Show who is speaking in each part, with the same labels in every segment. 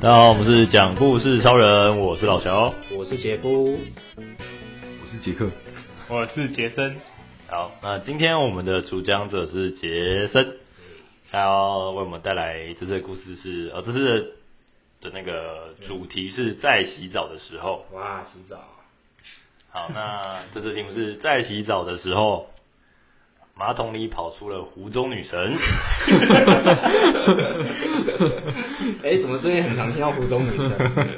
Speaker 1: 大家好，我们是讲故事超人，我是老乔，
Speaker 2: 我是杰夫，
Speaker 3: 我是杰克，
Speaker 4: 我是杰森。
Speaker 1: 好，那今天我们的主讲者是杰森，他要为我们带来这次的故事是，呃、哦，这次的那个主题是在洗澡的时候。
Speaker 2: 哇，洗澡！
Speaker 1: 好， 那这次题目是在洗澡的时候，马桶里跑出了湖中女 神。
Speaker 2: 哎、怎么最近很常听到湖中女神？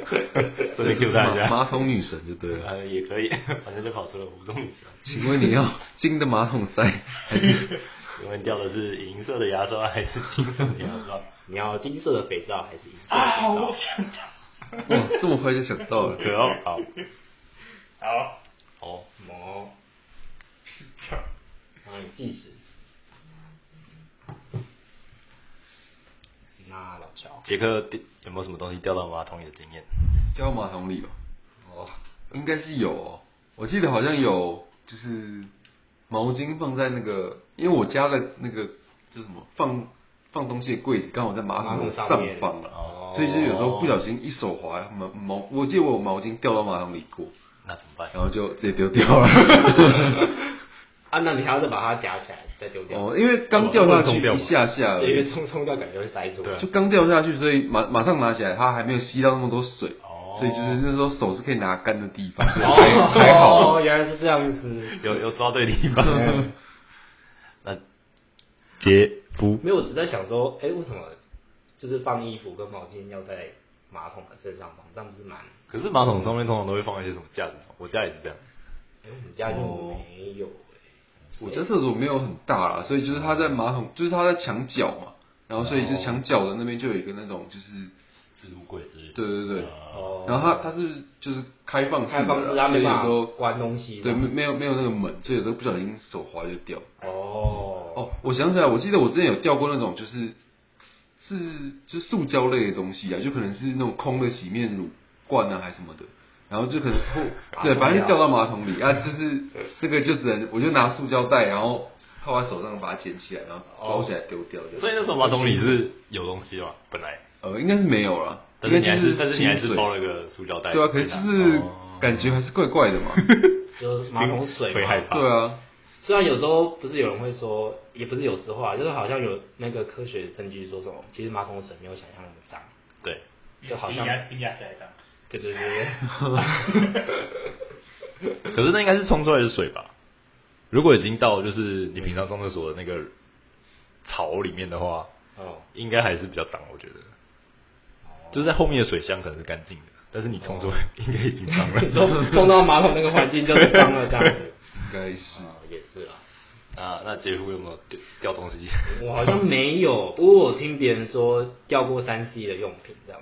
Speaker 1: 顺便 Q 大
Speaker 3: 马
Speaker 1: 家，
Speaker 3: 马桶女神就对了。
Speaker 1: 呃，也可以， 反正就跑出了湖中女神。
Speaker 3: 请问你要金的马桶 塞还是？
Speaker 1: 请问掉的是银色的牙刷还是金色的牙 刷？
Speaker 2: 你要金色的肥皂还是银色的肥皂？
Speaker 4: 啊，我想到，
Speaker 3: 哇，这么快就想到了。
Speaker 1: 可哦，好，
Speaker 4: 好，
Speaker 1: 哦，
Speaker 2: 毛，我帮你计时。那老乔，
Speaker 1: 杰克掉有没有什么东西掉到马桶里的经验？
Speaker 3: 掉马桶里吧，
Speaker 2: 哦，
Speaker 3: 应该是有、哦。我记得好像有，就是毛巾放在那个，因为我家的那个叫什么放放东西的柜子刚好在马桶的上
Speaker 2: 马桶上面
Speaker 3: 方了，
Speaker 2: 哦
Speaker 3: 所以就有时候不小心一手滑，毛毛，我记得我有毛巾掉到马桶里过，
Speaker 1: 那怎么办？
Speaker 3: 然后就直接丢掉 了。
Speaker 2: 啊，那你还要再把它夹起来，再丢掉，
Speaker 3: 哦，因为刚掉下去
Speaker 1: 冲掉嘛
Speaker 3: 一下下而
Speaker 2: 对因
Speaker 3: 已
Speaker 2: 为，冲冲掉感觉会塞住。
Speaker 1: 对
Speaker 3: 就刚掉下去，所以马马上拿起来，它还没有吸到那么多水，
Speaker 1: 哦
Speaker 3: 所以就是那时候手是可以拿干的地方，所以还
Speaker 2: 哦，
Speaker 3: 还好。
Speaker 2: 原来是这样子。
Speaker 1: 有有抓对地方。 那杰夫
Speaker 2: 没有，我只在想说，哎、为什么就是放衣服跟毛巾要在马桶的正上方，这样不是蛮？
Speaker 1: 可是马桶上面通常都会放一些什么架子床，我家也是这样。
Speaker 2: 哎、我们家就
Speaker 3: 哦
Speaker 2: 没有、哎
Speaker 3: 我家厕所没有很大啦，所以就是它在马桶，就是它在墙角嘛，然后所以就墙角的那边就有一个那种就是，
Speaker 1: 置物柜之类的。啊
Speaker 3: 对对对，
Speaker 2: 哎哦
Speaker 3: 然后它它是就是开放式
Speaker 2: 开放式，
Speaker 3: 的
Speaker 2: 他
Speaker 3: 啦，所
Speaker 2: 没
Speaker 3: 以有
Speaker 2: 办
Speaker 3: 时
Speaker 2: 法
Speaker 3: 候
Speaker 2: 关东西。
Speaker 3: 对没没有没有那个门，所以有时候不小心手滑就掉。
Speaker 2: 哦
Speaker 3: 哦，我想起来，我记得我之前有掉过那种，就是是就塑胶类的东西啊，就可能是那种空的洗面乳罐啊，还是什么的，然后就可能后对，反正就掉到马桶里啊，就是这个就只能我就拿塑胶袋，然后套在手上把它捡起来，然后包起来丢掉这样。
Speaker 1: 所以那时候马桶里是有东西的嘛，本来，
Speaker 3: 呃，应该是没有啦，
Speaker 1: 但
Speaker 3: 应
Speaker 1: 是你
Speaker 3: 该
Speaker 1: 还，
Speaker 3: 就是
Speaker 1: 但是你还是
Speaker 3: 清水
Speaker 1: 包了一个塑胶袋。哦
Speaker 3: 对啊，可是就是感觉还是怪怪的嘛，
Speaker 2: 就是马桶水
Speaker 1: 会
Speaker 2: 嘛
Speaker 1: 害怕。
Speaker 3: 对啊。
Speaker 2: 虽然有时候不是有人会说，也不是有时候啊，就是好像有那个科学证据说什么，其实马桶水没有想象那么脏，
Speaker 1: 对，
Speaker 2: 就好像
Speaker 4: 比牙比牙起来大。
Speaker 2: 对对对对，
Speaker 1: 可是那应该是冲出来的水吧？如果已经到就是你平常上厕所的那个槽里面的话，
Speaker 2: 哦，
Speaker 1: 应该还是比较脏，我觉得。就是在后面的水箱可能是干净的，但是你冲出来应该已经脏 了。
Speaker 2: 你说碰到马桶那个环境就是脏了这样子，
Speaker 3: 应该是
Speaker 2: 哦，也是啦。
Speaker 1: 啊，那杰夫有没有掉掉东西？
Speaker 2: 我好像没有，不过我听别人说掉过三 C 的用品这样，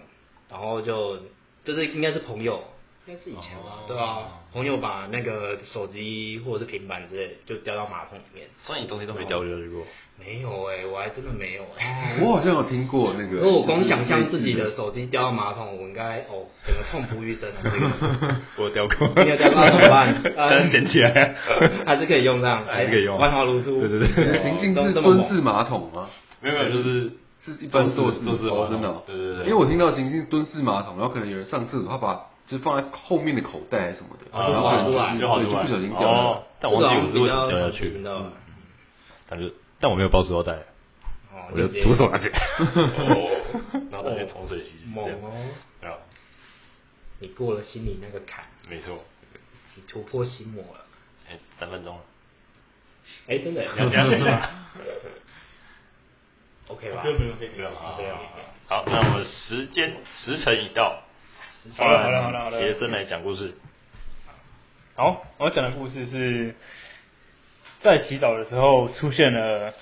Speaker 2: 然后就就是应该是朋友，应该是以前吧，对啊，朋友把那个手机或者是平板之类的就掉到马桶里面，
Speaker 1: 所以你东西都没掉下去过。
Speaker 2: 没有哎、我还真的没有哎、
Speaker 3: 我
Speaker 1: 哦
Speaker 3: 好像有听过那个，
Speaker 2: 如果我光
Speaker 3: 就是
Speaker 2: 想象自己
Speaker 3: 类似
Speaker 2: 的手机掉到马桶，我应该哦，整个痛不欲生啊！这 个
Speaker 1: 我有掉过，
Speaker 2: 你有掉过怎么 办
Speaker 1: 但是捡起来，
Speaker 2: 还是可以用这样，哎
Speaker 1: 还是可以用
Speaker 2: 万花如初。
Speaker 1: 对对对
Speaker 3: 你的行径是
Speaker 2: 这么
Speaker 3: 蹲
Speaker 2: 猛
Speaker 3: 式马桶吗？
Speaker 1: 没有没有，就是
Speaker 3: 是一般坐式
Speaker 1: 坐式
Speaker 3: 哦
Speaker 1: 马桶
Speaker 3: 真的哦。
Speaker 1: 对对对
Speaker 3: 因为我听到行径蹲式马桶，然后可能有人上厕所，他把就是放在后面的口袋还是什么的，
Speaker 4: 啊
Speaker 2: 哦
Speaker 3: 然后可能
Speaker 2: 就滑出来
Speaker 3: 是
Speaker 1: 呃就好出来，
Speaker 3: 对就不小心掉下来
Speaker 1: 哦。，但我忘记我是为什么掉下去
Speaker 2: 这个好像比较常听到啊
Speaker 1: 的，嗯但是但我没有包塑料袋，
Speaker 2: 哦，
Speaker 1: 我就
Speaker 2: 直接
Speaker 1: 徒手拿起来，哦 然后再去冲水 洗洗，
Speaker 2: 猛
Speaker 1: 这样
Speaker 2: 哦！
Speaker 1: 没有，
Speaker 2: 你过了心里那个坎，
Speaker 1: 没错，
Speaker 2: 你突破心魔了。
Speaker 1: 哎，三分钟了，
Speaker 2: 哎，真的，
Speaker 1: 你要你要先吗？
Speaker 2: OK 吧
Speaker 4: 不？用不用不用不用。
Speaker 2: 对啊，
Speaker 1: 好，那我们时间时辰已到，
Speaker 4: 好了好了好了好了
Speaker 1: 杰森来讲故事，
Speaker 4: 好，我要讲的故事是在洗澡的时候出现了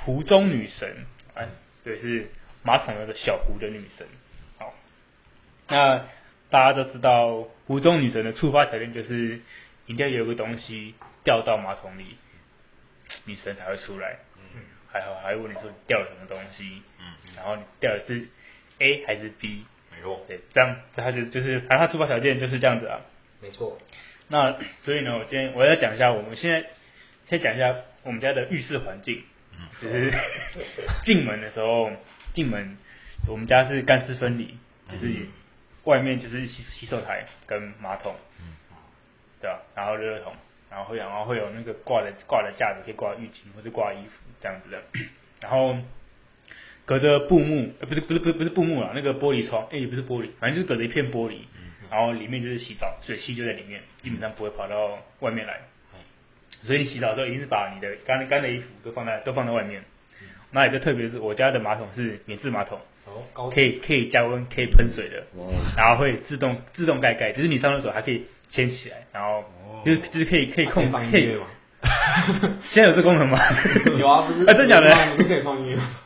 Speaker 4: 湖中女神，哎，对，是马场有个小湖的女神。好，那大家都知道湖中女神的触发条件就是一定要有个东西掉到马桶里，女神才会出来。嗯，还好还问你说你掉了什么东西，
Speaker 1: 嗯，
Speaker 4: 然后你掉的是 A 还是 B？
Speaker 1: 没错，
Speaker 4: 对，这样这他就就是反正他触发条件就是这样子啊。
Speaker 2: 没错。
Speaker 4: 那所以呢，我今天我要讲一下我们现在先讲一下我们家的浴室环境。
Speaker 1: 嗯
Speaker 4: 就是 进门的时候，进门我们家是干湿分离，就是外面就是洗洗手台跟马桶，对吧、然后热热桶，然后会然后会有那个挂的挂的架子，可以挂浴巾或者挂衣服这样子的， 然后隔着布幕，呃，不是不是不是不是布幕啦，那个玻璃窗，哎、也不是玻璃，反正就是隔着一片玻璃，然后里面就是洗澡，水汽就在里面，基本上不会跑到外面来。所以你洗澡的时候一定是把你的干干的衣服都放在都放在外面。那有一个特别是我家的马桶是免治马桶，
Speaker 2: 哦，高
Speaker 4: 可以可以加温，可以喷水的
Speaker 3: 哇，
Speaker 2: 嗯
Speaker 4: 然后会自动自动盖盖，只是你上厕所还可以牵起来，然后
Speaker 2: 哦
Speaker 4: 就是就是可以可以控
Speaker 2: 啊放音
Speaker 4: 可
Speaker 2: 乐
Speaker 4: 以
Speaker 2: 吗？？
Speaker 4: 现在有这功能吗
Speaker 2: 有啊，不是？
Speaker 4: 啊，真假
Speaker 2: 你不是
Speaker 4: 的？
Speaker 2: 可以放音乐哦吗？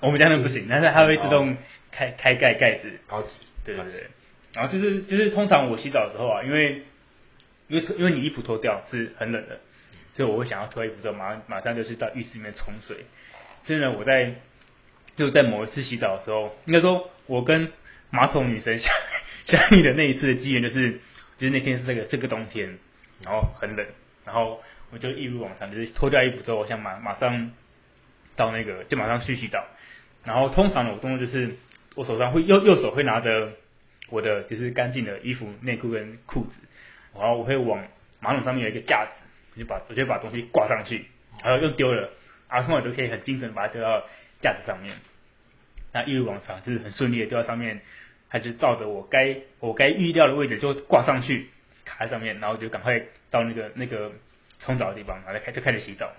Speaker 4: 我们家那不行，但是它会自动开开盖盖子，
Speaker 2: 高级，
Speaker 4: 对对对。然后就是就是通常我洗澡的时候啊，因为因为因为你衣服脱掉是很冷的，所以我会想要脱衣服之后马上马上就去到浴室里面冲水。所以呢，我在就在某一次洗澡的时候，应该说我跟马桶女神相 相遇的那一次的机缘就是就是那天是这个这个冬天，然后很冷，然后我就一如往常，就是脱掉衣服之后，我想马马上到那个就马上去洗澡。然后通常的我动作就是我手上会右右手会拿着我的就是干净的衣服、内裤跟裤子，然后我会往马桶上面有一个架子，我就把我就把东西挂上去，然后又丢了，然后通常都可以很精神地把它丢到架子上面。那一如往常，就是很顺利的丢到上面，它就照着我该我该预料的位置就挂上去，卡在上面，然后就赶快到那个那个冲澡的地方，然后就开就开始洗澡。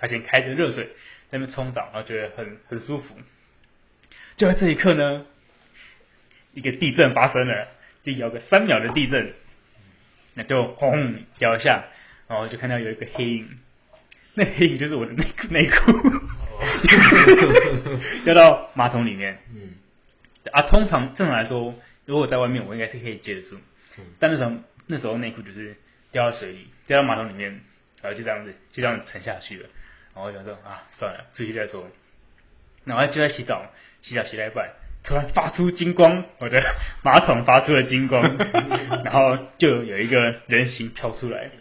Speaker 4: 他先开着热水在那边冲澡，然后觉得很很舒服。就在这一刻呢，一个地震发生了，就摇个三秒的地震，那就轰摇一下，然后就看到有一个黑影，那黑影就是我的内裤内裤， 掉到马桶里面。
Speaker 2: 嗯，
Speaker 4: 啊，通常正常来说，如果我在外面，我应该是可以接得住
Speaker 2: 嗯。
Speaker 4: 但那时候那时候内裤就是掉到水里，掉到马桶里面，然后就这样子就这样沉下去了。然后我想说啊，算了，出去再说。然后就在洗澡，洗澡洗到一半，突然发出金光，我的马桶发出了金光，然后就有一个人形飘出来，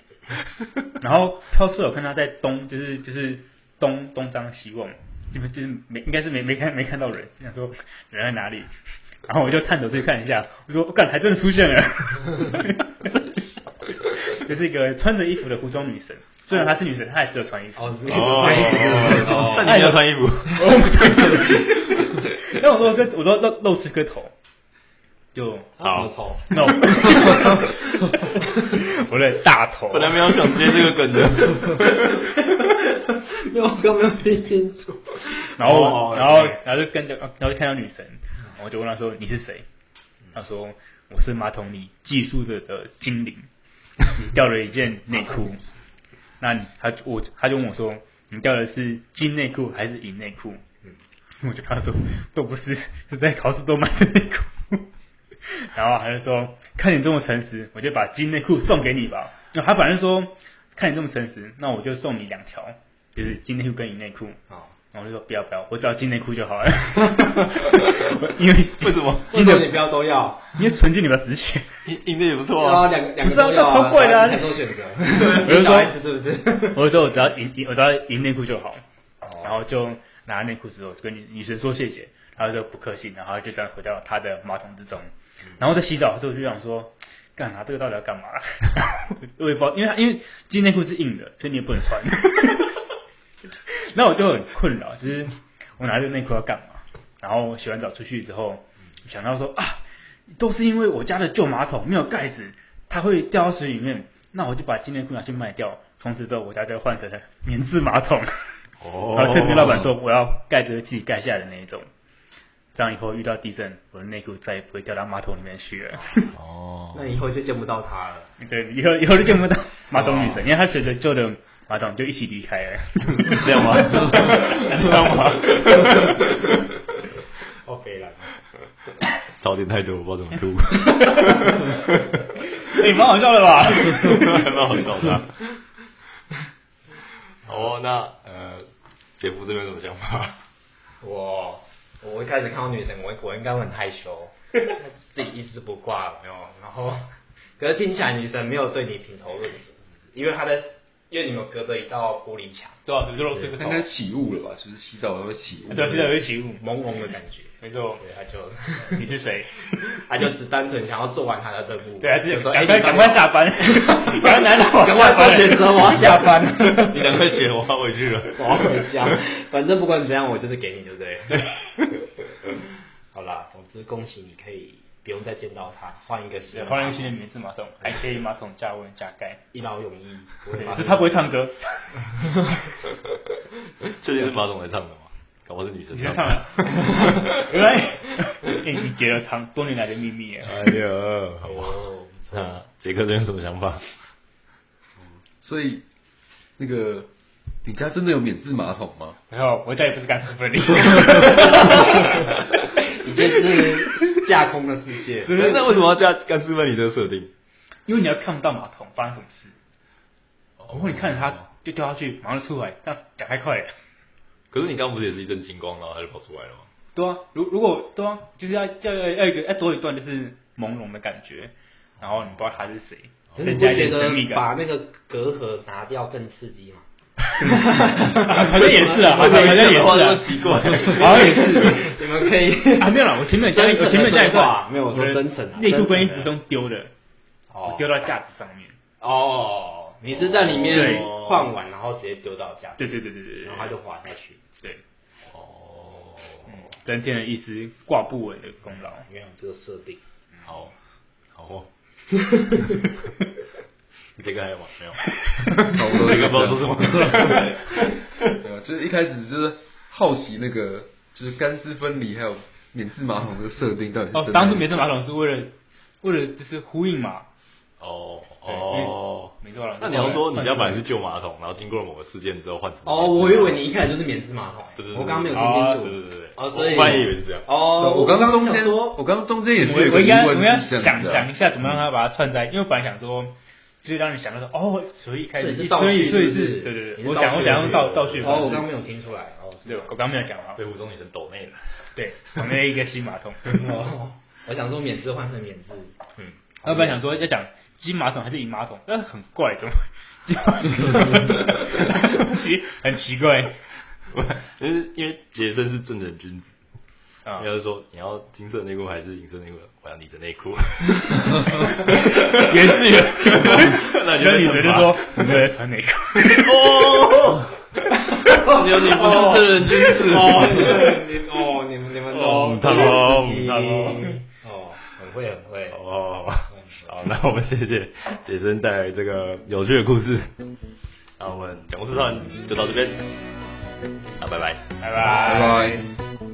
Speaker 4: 然后飘出来，我看他在东，就是就是东东张西望，你们就是没应该是没没看没看到人，想说人在哪里，然后我就探头去看一下，我说我哦干，还真的出现了，就是一个穿着衣服的服装女神，虽然她是女神，她还是有穿衣服。
Speaker 2: 哦，你
Speaker 1: 哦
Speaker 2: 可以放音乐
Speaker 1: 哦，
Speaker 2: 那
Speaker 4: 哎
Speaker 1: 那
Speaker 2: 你
Speaker 1: 你
Speaker 2: 要
Speaker 1: 要穿衣服？
Speaker 4: 那我说跟我说露露出个头，就
Speaker 2: 好头，
Speaker 4: no，我的大头，
Speaker 1: 本来没有想接这个梗 的。
Speaker 2: 因为我刚没有听清楚。
Speaker 4: 然后、
Speaker 1: 哦
Speaker 4: 然后
Speaker 1: OK
Speaker 4: 然后就跟着，然后就看到女神，然后就问她说你是谁？她说我是马桶里寄宿着的精灵，你掉了一件内裤。那你她我她就问我说你掉的是金内裤还是银内裤？我就跟她说都不是，是在考试都买的内裤。然后他就说：“看你这么诚实，我就把金内裤送给你吧。”那他反正说：“看你这么诚实，那我就送你两条，就是金内裤跟银内裤。”
Speaker 2: 好，
Speaker 4: 然后我就说不要不要，我只要进内裤就好 了。因为
Speaker 1: 为什么
Speaker 2: 为
Speaker 4: 进
Speaker 2: 什么你
Speaker 4: 的
Speaker 2: 不要都要？
Speaker 4: 因为纯金你不要只写，
Speaker 1: 赢赢的也不错
Speaker 2: 对啊，
Speaker 1: 啊。
Speaker 2: 两个两
Speaker 4: 不
Speaker 2: 个
Speaker 4: 知道
Speaker 2: 都要
Speaker 4: 这
Speaker 2: 啊，
Speaker 4: 超贵的啊
Speaker 2: 才做选 择。
Speaker 4: 我就 说
Speaker 2: 小孩子是不是？
Speaker 4: 我就说我只要赢赢，我只要赢内裤就好。然后就拿内裤之后就跟女女生说谢谢，然后就不客气，然后就这样回到她的马桶之中。然后在洗澡的时候我就想说，干啊拿这个到底要干嘛？ 我也不知道，因为它因为金内裤是硬的，所以你也不能穿。 那我就很困扰，就是我拿这个内裤要干嘛？然后洗完澡出去之后，想到说啊，都是因为我家的旧马桶没有盖子，它会掉到水里面，那我就把金内裤拿去卖掉，从此之后我家就换成了免治马桶。
Speaker 1: 哦
Speaker 4: 然后跟老板说我要盖着自己盖下来的那一种，这样以后遇到地震，我的内裤再也不会掉到马桶里面去了。
Speaker 1: 哦
Speaker 2: 那以后就见不到他了。
Speaker 4: 对，以后以后就见不到马桶女神，因为她随着旧的马桶就一起离开了，
Speaker 1: 这样 吗？这样吗？
Speaker 2: OK 了，
Speaker 1: 槽点太多，我不知道怎么
Speaker 4: 哎、蛮好笑的吧？
Speaker 1: 吐， 还 蛮好笑的啊。好哦，那呃，姐夫这边有什么想法？
Speaker 2: 我我一开始看到女神，我我应该会很害 羞，自己一丝不 挂有没有。然后，可是听起来女神没有对你评头论足，因为她在因为你们隔着一道玻璃墙，
Speaker 4: 对吧？啊有这个这个
Speaker 3: 他应
Speaker 4: 头，
Speaker 3: 该起雾了吧？就是洗澡会起雾。
Speaker 4: 对，啊现在有一起雾，
Speaker 2: 朦胧的感觉。
Speaker 4: 没错，
Speaker 2: 对，他就
Speaker 4: 你是谁？
Speaker 2: 他就只单纯想要做完他的任务。
Speaker 4: 对啊，这
Speaker 2: 就
Speaker 4: 个
Speaker 2: 说哎
Speaker 4: 赶快赶快下班，赶快拿到我
Speaker 2: 赶快
Speaker 4: 下班
Speaker 2: 做选择，我要下班了，
Speaker 1: 你赶快选，我要回 去了。
Speaker 4: 哦
Speaker 2: 我要回家。反正不管怎样，我就是给你，对不对？ 好啦，总之恭喜你可以不用再见到他，换一个新
Speaker 4: 对
Speaker 2: 的
Speaker 4: 换了一个新的名字马桶，还可以马桶加温加盖，
Speaker 2: 一劳永逸。不会
Speaker 4: 对
Speaker 2: 发
Speaker 4: 就
Speaker 2: 生
Speaker 4: 他不会唱歌，
Speaker 1: 确定是马总在唱的吗？搞不好是女生
Speaker 4: 你在
Speaker 1: 唱
Speaker 4: 唱
Speaker 1: 的
Speaker 4: 啊。，原来哎你解了藏多年来的秘密耶，
Speaker 1: 哎呦，好吧。
Speaker 2: 哦，不错
Speaker 1: 那杰克这边有什么想法？
Speaker 3: 所以那个你家真的有免治马桶 吗？
Speaker 4: 然后我再也不是干喝分离，
Speaker 2: 已经是架空的世 界。
Speaker 1: 那为什么要加干湿分离这个设定？
Speaker 4: 因为你要看不到马桶发生什么事，如果你看着它就掉下去，马上就出来，这样讲太快了。
Speaker 1: 可是你刚不是也是一阵金光，然后他就跑出来了吗？
Speaker 4: 对啊，如如果对啊，就是要要要要一个要多一段就是朦胧的感觉，然后你不知道他是谁，
Speaker 2: 可是你
Speaker 4: 增
Speaker 2: 不
Speaker 4: 加一
Speaker 2: 觉
Speaker 4: 点
Speaker 2: 得
Speaker 4: 神秘感。
Speaker 2: 把那个隔阂拿掉更刺激吗？
Speaker 4: 好像也是啊，好像好像也是
Speaker 1: 话这么
Speaker 4: 啊，
Speaker 1: 奇怪，
Speaker 4: 好像也是。
Speaker 2: 你们可以
Speaker 4: 啊，没有啦，我前面加一，我前面加一
Speaker 2: 话
Speaker 4: 段，
Speaker 2: 没有我说
Speaker 4: 的
Speaker 2: 真诚啊
Speaker 4: 内裤跟衣
Speaker 2: 真诚
Speaker 4: 服
Speaker 2: 啊
Speaker 4: 都丢的，我
Speaker 2: 哦
Speaker 4: 丢到架子上面。
Speaker 2: 哦，你是在里面
Speaker 4: 对
Speaker 2: 换完，然后直接丢到家，
Speaker 4: 对对对对对对
Speaker 2: 啊然后它就滑下去。
Speaker 4: 对，
Speaker 1: 哦，
Speaker 4: 嗯，增添了一丝挂不稳的功劳。
Speaker 2: 原来有这个设定，
Speaker 1: 好，好哦。你这个还有吗？没有，
Speaker 3: 差不多
Speaker 1: 这个不知道 说什么。
Speaker 3: 对啊，就是一开始就是好奇那个就是干湿分离还有免治马桶这个设定到底是真
Speaker 4: 哦，
Speaker 3: 的。
Speaker 4: 当初没这马桶是为了为了就是呼应嘛，
Speaker 1: 哦
Speaker 4: 对
Speaker 1: 哦，
Speaker 4: 没错啦
Speaker 1: 那你要说你家本来是旧马桶，然后经过了某个事件之后换成
Speaker 2: 哦，我以为你一开始就是免治马桶，
Speaker 1: 对对对
Speaker 2: 我刚刚没有听
Speaker 4: 哦
Speaker 1: 对对
Speaker 2: 清楚。
Speaker 1: 对对，
Speaker 2: 哦，所以
Speaker 1: 我半夜以为是这样。
Speaker 2: 哦，
Speaker 3: 我刚刚中
Speaker 2: 想
Speaker 3: 间，
Speaker 2: 说
Speaker 3: 我刚刚中间也是有一
Speaker 4: 我
Speaker 3: 个
Speaker 4: 应
Speaker 3: 疑
Speaker 4: 该我
Speaker 3: 问
Speaker 4: 应该
Speaker 3: 是这样
Speaker 4: 想
Speaker 3: 子啊
Speaker 4: 想
Speaker 3: 的
Speaker 4: 一。下怎么让它把它串在，因为我本来想说，就是让你想到说哦，所以一开
Speaker 2: 所
Speaker 4: 始
Speaker 2: 以是倒
Speaker 4: 所以
Speaker 2: 叙，
Speaker 4: 所
Speaker 2: 是
Speaker 4: 以
Speaker 2: 不是？
Speaker 4: 对对
Speaker 2: 你
Speaker 4: 对，
Speaker 2: 是
Speaker 4: 我想我想用倒倒叙
Speaker 1: 叙
Speaker 4: 的
Speaker 2: 哦，
Speaker 4: 方
Speaker 2: 我
Speaker 4: 式
Speaker 2: 刚刚没有听出来。哦，
Speaker 4: 对，我刚刚没有讲啊，
Speaker 1: 被湖中女生抖内了。
Speaker 4: 对，旁边一个新马桶，
Speaker 2: 哦，我想说免治换成免治，嗯，
Speaker 4: 要不然想说要讲金马桶还是银马桶，那呃很怪，怎么金马 桶？奇很奇怪
Speaker 1: 因为因为杰森是正人君子，
Speaker 4: 啊
Speaker 1: 应该，是说你要金色内裤还是银色内裤？我要你的内 裤。
Speaker 4: 也是有，
Speaker 1: 那你就
Speaker 4: 然后女
Speaker 1: 惩
Speaker 4: 的
Speaker 1: 罚
Speaker 4: 就说我没有在穿内裤，
Speaker 1: 哦， 你你不是正人君子
Speaker 2: 哦，你们你哦，你们你们
Speaker 1: 哦
Speaker 2: 都
Speaker 1: 他们哦他们哦
Speaker 2: 哦，很会很会。
Speaker 1: 哦，好，那我们谢谢杰森带来这个有趣的故事。那我们讲故事上就到这边，那拜拜。
Speaker 3: 拜
Speaker 4: 拜拜。
Speaker 3: 拜。